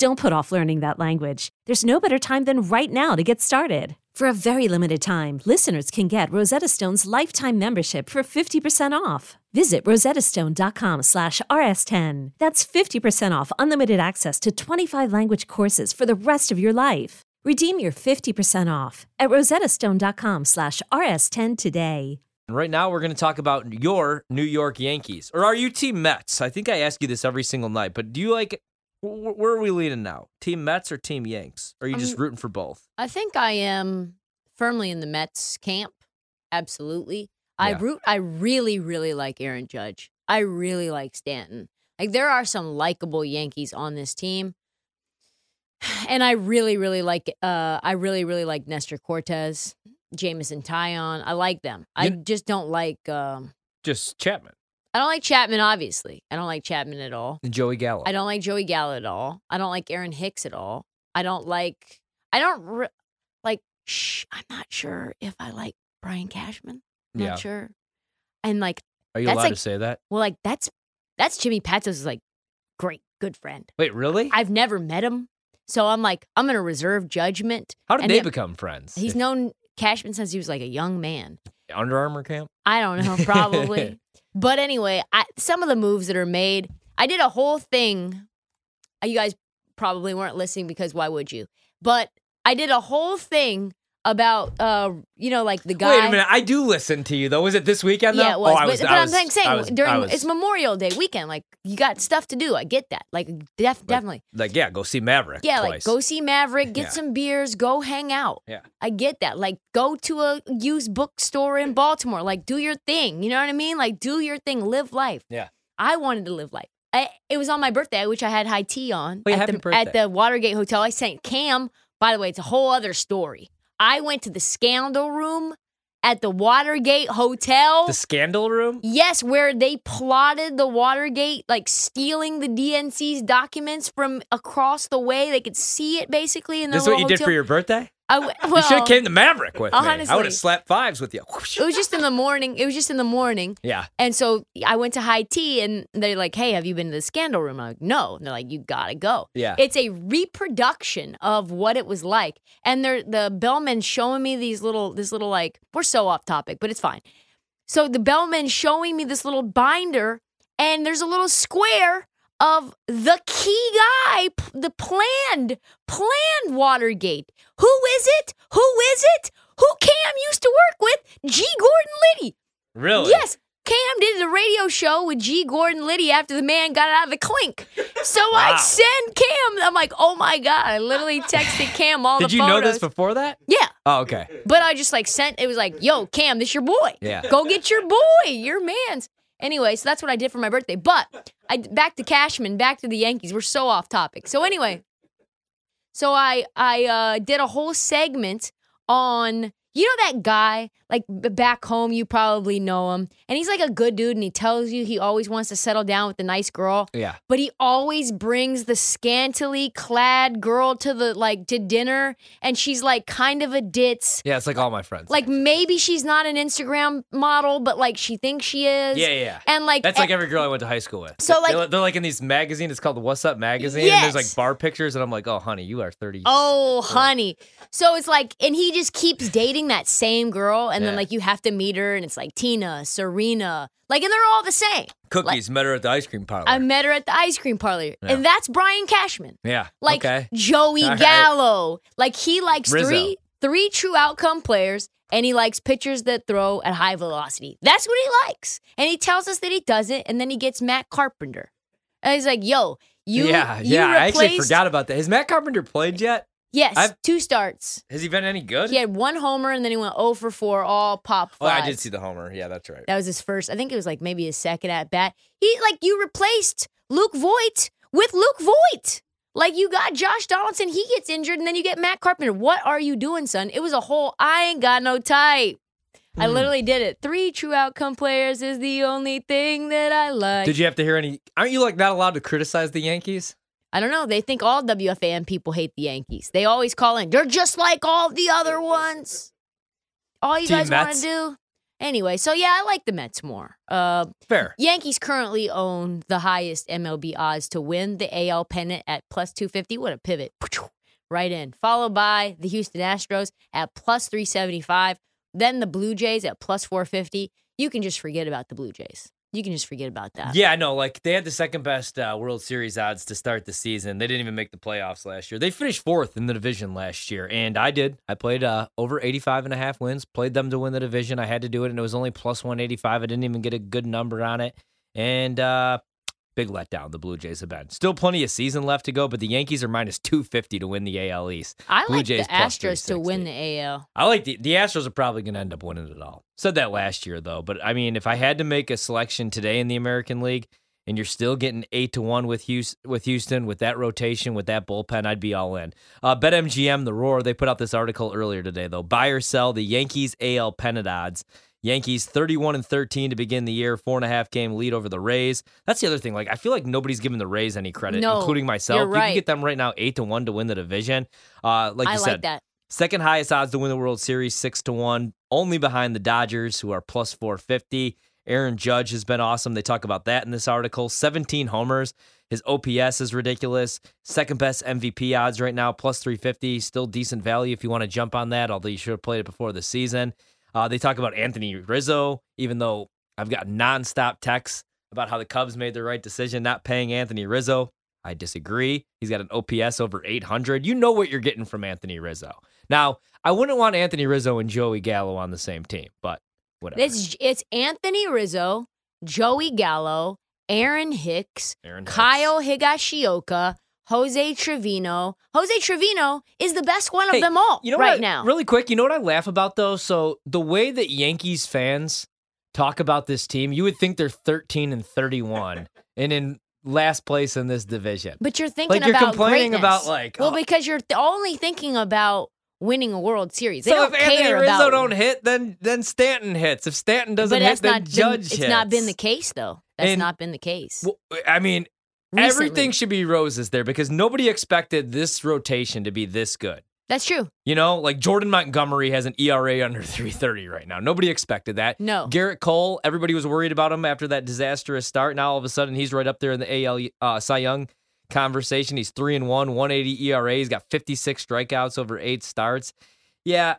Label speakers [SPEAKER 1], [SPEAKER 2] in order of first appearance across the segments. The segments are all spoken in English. [SPEAKER 1] Don't put off learning that language. There's no better time than right now to get started. For a very limited time, listeners can get Rosetta Stone's lifetime membership for 50% off. Visit rosettastone.com slash rs10. That's 50% off unlimited access to 25 language courses for the rest of your life. Redeem your 50% off at rosettastone.com slash rs10 today.
[SPEAKER 2] And Right now, we're going to talk about your New York Yankees. Or are you Team Mets? I think I ask you this every single night, but do you like, wh- where are we leaning now? Team Mets or Team Yanks? Or are you just
[SPEAKER 3] Um,
[SPEAKER 2] rooting for both?
[SPEAKER 3] I think I am firmly in the Mets camp. Absolutely. I
[SPEAKER 2] Yeah.
[SPEAKER 3] root I really, really like Aaron Judge. I really like Stanton. Like there are some likable Yankees on this team. And I really, really like uh I really, really like Nestor Cortez, Jamison Tyon. I like them. I
[SPEAKER 2] You-
[SPEAKER 3] just don't like um
[SPEAKER 4] Just Chapman.
[SPEAKER 3] I don't like Chapman, obviously. I don't like Chapman at all.
[SPEAKER 2] And Joey Gallo.
[SPEAKER 3] I don't like Joey Gallo at all. I don't like Aaron Hicks at all. I don't like. I don't re- like. Shh, I'm not sure if I like Brian Cashman. I'm
[SPEAKER 4] Yeah.
[SPEAKER 3] Not sure. And like,
[SPEAKER 4] Are you
[SPEAKER 3] That's
[SPEAKER 4] allowed
[SPEAKER 3] like-
[SPEAKER 4] to say that?
[SPEAKER 3] well, like that's that's Jimmy Patos is like great, good friend.
[SPEAKER 4] Wait, really?
[SPEAKER 3] I've never met him, so I'm like I'm gonna reserve judgment.
[SPEAKER 4] How did
[SPEAKER 3] and
[SPEAKER 4] they
[SPEAKER 3] then-
[SPEAKER 4] become friends?
[SPEAKER 3] He's known Cashman since he was like a young man.
[SPEAKER 4] Under Armour camp.
[SPEAKER 3] I don't know, probably. but anyway, I, some of the moves that are made, I did a whole thing. uh, You guys probably weren't listening because why would you? But I did a whole thing about, uh, you know, like the guy.
[SPEAKER 4] Wait a minute. I do listen to you though. Was it this weekend though?
[SPEAKER 3] Yeah, it was.
[SPEAKER 4] Oh, I
[SPEAKER 3] but
[SPEAKER 4] was,
[SPEAKER 3] but
[SPEAKER 4] I
[SPEAKER 3] I'm
[SPEAKER 4] was-
[SPEAKER 3] saying, saying
[SPEAKER 4] I was-
[SPEAKER 3] during
[SPEAKER 4] I was-
[SPEAKER 3] it's Memorial Day weekend, like you got stuff to do. I get that. Like, def, definitely.
[SPEAKER 4] like yeah, go see Maverick.
[SPEAKER 3] Yeah,
[SPEAKER 4] twice.
[SPEAKER 3] like go see Maverick, get
[SPEAKER 4] Yeah.
[SPEAKER 3] some beers, go hang out.
[SPEAKER 4] Yeah.
[SPEAKER 3] I get that. Like go to a used bookstore in Baltimore. Like do your thing. You know what I mean? Like do your thing, live life.
[SPEAKER 4] Yeah.
[SPEAKER 3] I wanted to live life. I, it was on my birthday, which I had high tea on
[SPEAKER 4] Wait,
[SPEAKER 3] at,
[SPEAKER 4] happy
[SPEAKER 3] the,
[SPEAKER 4] birthday.
[SPEAKER 3] at the Watergate Hotel. I sent Cam. By the way, it's a whole other story. I went to the scandal room at the Watergate Hotel.
[SPEAKER 4] the Scandal Room.
[SPEAKER 3] Yes, where they plotted the Watergate, like stealing the DNC's documents from across the way. They could see it basically. In the
[SPEAKER 4] This is what you
[SPEAKER 3] little
[SPEAKER 4] did for
[SPEAKER 3] hotel.
[SPEAKER 4] your birthday.
[SPEAKER 3] I w-
[SPEAKER 4] you should
[SPEAKER 3] well,
[SPEAKER 4] have came to Maverick with me. I would
[SPEAKER 3] honestly.
[SPEAKER 4] have slapped fives with you.
[SPEAKER 3] It was just in the morning. It was just in the morning,
[SPEAKER 4] yeah,
[SPEAKER 3] and so I went to high tea, and they're like, "Hey, have you been to the scandal room?" I'm like, "No." And they're like, "You gotta go."
[SPEAKER 4] yeah.
[SPEAKER 3] It's a reproduction of what it was like. And they're the bellman showing me these little this little like we're so off topic, but it's fine. So the bellman showing me this little binder and there's a little square of the key guy, p- the planned, planned Watergate. Who is it? Who is it? Who Cam used to work with? G. Gordon Liddy.
[SPEAKER 4] really?
[SPEAKER 3] Yes. Cam did the radio show with G. Gordon Liddy after the man got out of the clink. So I
[SPEAKER 4] Wow.
[SPEAKER 3] send Cam. I'm like, oh my god! I literally texted Cam all
[SPEAKER 4] Did
[SPEAKER 3] the
[SPEAKER 4] you
[SPEAKER 3] photos.
[SPEAKER 4] know this before that?
[SPEAKER 3] Yeah,
[SPEAKER 4] Oh, okay.
[SPEAKER 3] but I just like sent. It was like, yo, Cam, this your boy.
[SPEAKER 4] Yeah.
[SPEAKER 3] Go get your boy, your man's. Anyway, so that's what I did for my birthday. But I back to Cashman, back to the Yankees. We're so off topic. So anyway, so I I uh, did a whole segment on you know that guy like b- back home you probably know him and he's like a good dude and he tells you he always wants to settle down with a nice girl
[SPEAKER 4] Yeah.
[SPEAKER 3] but he always brings the scantily clad girl to the like to dinner and she's like kind of a ditz
[SPEAKER 4] Yeah. It's like all my friends.
[SPEAKER 3] like maybe she's not an Instagram model, but like she thinks she is.
[SPEAKER 4] Yeah, yeah, yeah.
[SPEAKER 3] And like eh,
[SPEAKER 4] That's like every girl I went to high school with.
[SPEAKER 3] So, like-
[SPEAKER 4] they're, they're like in these magazine. It's called What's Up magazine. And there's
[SPEAKER 3] Yes.
[SPEAKER 4] like bar pictures, and I'm like, oh, honey, you are thirty.
[SPEAKER 3] Oh, honey. So it's like, and he just keeps dating that same girl, and then
[SPEAKER 4] Yeah.
[SPEAKER 3] like you have to meet her, and it's like Tina, Serena, like, and they're all the same.
[SPEAKER 4] Cookies met her at the ice cream parlor.
[SPEAKER 3] I met her at the ice cream parlor, and that's Brian Cashman.
[SPEAKER 4] yeah.
[SPEAKER 3] like
[SPEAKER 4] okay.
[SPEAKER 3] Joey
[SPEAKER 4] All right.
[SPEAKER 3] Gallo. Like he likes
[SPEAKER 4] Rizzo.
[SPEAKER 3] three three true outcome players and he likes pitchers that throw at high velocity. That's what he likes. And he tells us that he doesn't and then he gets Matt Carpenter. And he's like, "Yo, you
[SPEAKER 4] yeah,
[SPEAKER 3] you
[SPEAKER 4] yeah. I actually
[SPEAKER 3] replaced-
[SPEAKER 4] forgot about that. Has Matt Carpenter played yet?
[SPEAKER 3] Yes,
[SPEAKER 4] I've-
[SPEAKER 3] two starts.
[SPEAKER 4] Has he been any good?
[SPEAKER 3] He had one homer and then he went 0 for 4, all pop
[SPEAKER 4] Oh,
[SPEAKER 3] flies.
[SPEAKER 4] I did see the homer. Yeah, that's right.
[SPEAKER 3] That was his first. I think it was like maybe his second at bat. He like you replaced Luke Voigt with Luke Voigt. Like you got Josh Donaldson, he gets injured, and then you get Matt Carpenter. What are you doing, son? It was a whole I ain't got no type. I
[SPEAKER 4] Hmm.
[SPEAKER 3] literally did it. Three true outcome players is the only thing that I like.
[SPEAKER 4] Did you have to hear any? Aren't you like not allowed to criticize the Yankees?
[SPEAKER 3] I don't know. They think all WFAN people hate the Yankees. They always call in. They're just like all the other ones. All you
[SPEAKER 4] Team
[SPEAKER 3] guys want to
[SPEAKER 4] Mets?
[SPEAKER 3] do. Anyway, so yeah, I like the Mets more. Uh,
[SPEAKER 4] Fair.
[SPEAKER 3] Yankees currently own the highest MLB odds to win the AL pennant at plus 250. What a pivot. Right in. Followed by the Houston Astros at plus 375. Then the Blue Jays at plus 450. You can just forget about the Blue Jays. You can just forget about that.
[SPEAKER 4] Yeah, no, like they had the second best uh, World Series odds to start the season. They didn't even make the playoffs last year. They finished fourth in the division last year, and I did. I played uh, over 85 and a half wins, played them to win the division. I had to do it, and it was only plus 185. I didn't even get a good number on it. And uh, big letdown the Blue Jays have been. Still plenty of season left to go, but the Yankees are minus 250 to win the AL East.
[SPEAKER 3] I
[SPEAKER 4] Blue
[SPEAKER 3] like
[SPEAKER 4] Jays
[SPEAKER 3] the
[SPEAKER 4] plus
[SPEAKER 3] Astros to win the AL.
[SPEAKER 4] I like the, the Astros are probably going to end up winning it all. Said that last year though, but I mean, if I had to make a selection today in the American League, and you're still getting eight to one with Houston, with Houston, with that rotation, with that bullpen, I'd be all in. Uh, BetMGM, the Roar, they put out this article earlier today though. Buy or sell the Yankees AL pennant odds. Yankees 31 and 13 to begin the year, four and a half game lead over the Rays. That's the other thing. Like I feel like nobody's giving the Rays any credit,
[SPEAKER 3] No,
[SPEAKER 4] including myself.
[SPEAKER 3] you're
[SPEAKER 4] You
[SPEAKER 3] right.
[SPEAKER 4] can get them right now eight to one to win the division. Uh, like
[SPEAKER 3] I
[SPEAKER 4] you
[SPEAKER 3] like
[SPEAKER 4] said,
[SPEAKER 3] that.
[SPEAKER 4] Second highest odds to win the World Series, six to one, only behind the Dodgers, who are plus 450. Aaron Judge has been awesome. They talk about that in this article. 17 homers. His OPS is ridiculous. Second best MVP odds right now, plus 350. Still decent value if you want to jump on that, although you should have played it before the season. Uh, they talk about Anthony Rizzo, even though I've got nonstop texts about how the Cubs made the right decision not paying Anthony Rizzo. I disagree. He's got an OPS over 800. You know what you're getting from Anthony Rizzo. Now, I wouldn't want Anthony Rizzo and Joey Gallo on the same team, but whatever.
[SPEAKER 3] It's, it's Anthony Rizzo, Joey Gallo, Aaron Hicks,
[SPEAKER 4] Aaron Hicks.
[SPEAKER 3] Kyle Higashioka, Jose Trevino. Jose Trevino is the best one of
[SPEAKER 4] Hey,
[SPEAKER 3] them all right
[SPEAKER 4] You know what I-
[SPEAKER 3] now.
[SPEAKER 4] Really quick, you know what I laugh about though? So the way that Yankees fans talk about this team, you would think they're 13 and 31 and in last place in this division.
[SPEAKER 3] but you're thinking
[SPEAKER 4] like you're
[SPEAKER 3] about
[SPEAKER 4] complaining
[SPEAKER 3] greatness.
[SPEAKER 4] about like
[SPEAKER 3] well,
[SPEAKER 4] oh,
[SPEAKER 3] because you're th- only thinking about winning a World Series. They
[SPEAKER 4] so
[SPEAKER 3] don't
[SPEAKER 4] if Anthony
[SPEAKER 3] care
[SPEAKER 4] Rizzo
[SPEAKER 3] about
[SPEAKER 4] don't hit, then then Stanton hits. If Stanton doesn't
[SPEAKER 3] but
[SPEAKER 4] hit,
[SPEAKER 3] that's
[SPEAKER 4] then
[SPEAKER 3] not
[SPEAKER 4] Judge
[SPEAKER 3] been,
[SPEAKER 4] hits.
[SPEAKER 3] It's not been the case though. That's
[SPEAKER 4] And-
[SPEAKER 3] not been the case.
[SPEAKER 4] Well, I mean,
[SPEAKER 3] Recently.
[SPEAKER 4] everything should be roses there because nobody expected this rotation to be this good.
[SPEAKER 3] That's true.
[SPEAKER 4] You know, like Jordan Montgomery has an ERA under 330 right now. Nobody expected that.
[SPEAKER 3] No.
[SPEAKER 4] Garrett Cole, everybody was worried about him after that disastrous start. Now all of a sudden he's right up there in the AL uh, Cy Young conversation. He's 3 and 1, 180 ERA. E He's got 56 strikeouts over 8 starts. Yeah.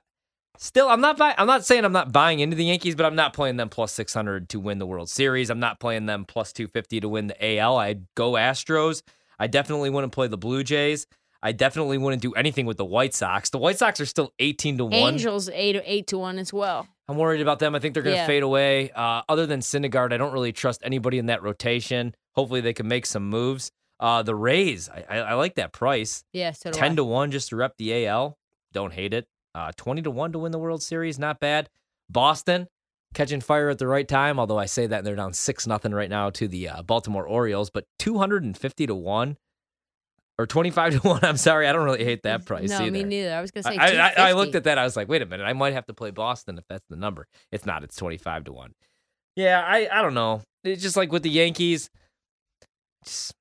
[SPEAKER 4] Still, I'm not buy- I'm not saying I'm not buying into the Yankees, but I'm not playing them plus 600 to win the World Series. I'm not playing them plus 250 to win the AL. I'd go Astros. I definitely wouldn't play the Blue Jays. I definitely wouldn't do anything with the White Sox. The White Sox are still 18 to 1.
[SPEAKER 3] Angels eight eight to one as well.
[SPEAKER 4] I'm worried about them. I think they're going to
[SPEAKER 3] Yeah.
[SPEAKER 4] fade away. Uh, other than Syndergaard, I don't really trust anybody in that rotation. Hopefully, they can make some moves. Uh, the Rays, I, I, I like that price.
[SPEAKER 3] Yeah, so do I.
[SPEAKER 4] Ten to one just to rep the AL. Don't hate it. Uh, Twenty to one to win the World Series, not bad. Boston catching fire at the right time. Although I say that and they're down six nothing right now to the uh, Baltimore Orioles, but two hundred and fifty to one or twenty five to one. I'm sorry, I don't really hate that price
[SPEAKER 3] No,
[SPEAKER 4] either.
[SPEAKER 3] me neither. I was gonna
[SPEAKER 4] I, I-
[SPEAKER 3] say
[SPEAKER 4] I, I
[SPEAKER 3] 250.
[SPEAKER 4] looked at that. I was like, wait a minute. I might have to play Boston if that's the number. It's not. It's 25 to 1. Yeah, I, I don't know. It's just like with the Yankees. Just,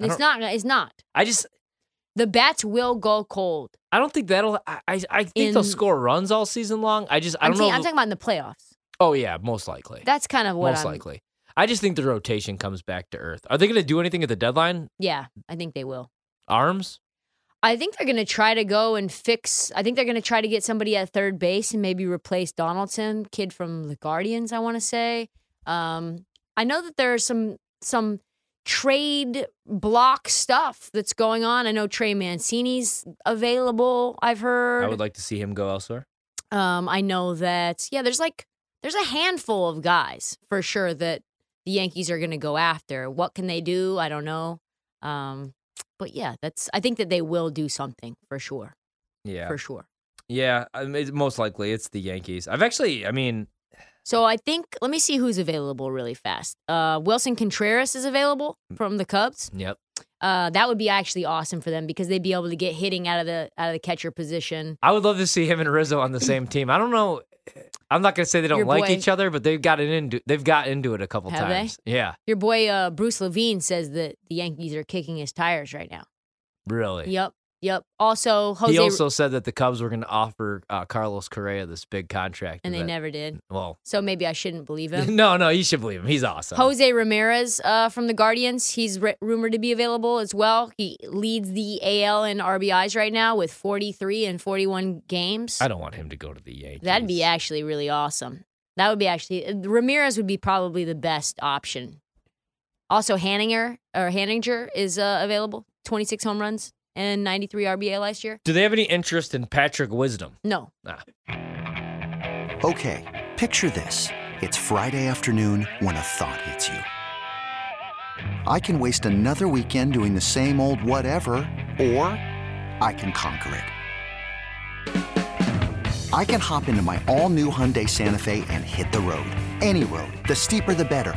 [SPEAKER 4] I
[SPEAKER 3] It's not. It's not.
[SPEAKER 4] I just,
[SPEAKER 3] The bats will go cold.
[SPEAKER 4] I don't think that'll, I, I, I think they'll
[SPEAKER 3] In-
[SPEAKER 4] score runs all season long. I just, I
[SPEAKER 3] I'm,
[SPEAKER 4] don't
[SPEAKER 3] ta-
[SPEAKER 4] know.
[SPEAKER 3] I'm talking about in the playoffs.
[SPEAKER 4] oh, yeah, most likely.
[SPEAKER 3] That's kind of what
[SPEAKER 4] most
[SPEAKER 3] I'm.
[SPEAKER 4] likely. I just think the rotation comes back to earth. Are they going to do anything at the deadline?
[SPEAKER 3] Yeah, I think they will.
[SPEAKER 4] Arms?
[SPEAKER 3] I think they're going to try to go and fix. I think they're going to try to get somebody at third base and maybe replace Donaldson, kid from the Guardians. I want to say. Um, I know that there are some some trade block stuff that's going on. I know Trey Mancini's available. I've heard.
[SPEAKER 4] I would like to see him go elsewhere.
[SPEAKER 3] Um, I know that yeah, there's like there's a handful of guys for sure that the Yankees are going to go after. What can they do? I don't know. Um, but yeah, that's I think that they will do something for sure.
[SPEAKER 2] Yeah.
[SPEAKER 3] for sure.
[SPEAKER 2] Yeah. I mean, it's- most likely it's the Yankees. I've actually, I mean,
[SPEAKER 3] So I think let me see who's available really fast. Uh, Wilson Contreras is available
[SPEAKER 4] Mm.
[SPEAKER 3] from the Cubs.
[SPEAKER 2] yep.
[SPEAKER 3] Uh, that would be actually awesome for them because they'd be able to get hitting out of the out of the catcher position.
[SPEAKER 4] I would love to see him and Rizzo on the same team. I don't know. I'm not gonna say they don't
[SPEAKER 3] Your
[SPEAKER 4] like
[SPEAKER 3] boy.
[SPEAKER 4] each other, but they've gotten into they've got into it a couple
[SPEAKER 3] Have they?
[SPEAKER 4] times. Yeah,
[SPEAKER 3] Your boy uh, Bruce Levine says that the Yankees are kicking his tires right now.
[SPEAKER 4] really.
[SPEAKER 3] Yep, yep. Also Jose
[SPEAKER 4] he also said that the Cubs were going to offer uh, Carlos Correa this big contract,
[SPEAKER 3] and they
[SPEAKER 4] that-
[SPEAKER 3] never did.
[SPEAKER 4] Well,
[SPEAKER 3] So maybe I shouldn't believe him.
[SPEAKER 4] no, no, you should believe him. He's awesome.
[SPEAKER 3] Jose Ramirez uh, from the Guardians, he's ri rumored to be available as well. He leads the AL in RBIs right now with 43 and 41 games.
[SPEAKER 4] I don't want him to go to the Yankees.
[SPEAKER 3] That'd be actually really awesome. That would be actually uh, Ramirez would be probably the best option. Also, Hanninger or Hanninger is uh, available. Twenty six home runs and ninety three RBA last year.
[SPEAKER 4] Do they have any interest in Patrick Wisdom?
[SPEAKER 3] No,
[SPEAKER 5] Okay, picture this. It's Friday afternoon when a thought hits you. I can waste another weekend doing the same old whatever, or I can conquer it. I can hop into my all new Hyundai Santa Fe and hit the road. Any road. The steeper, the better.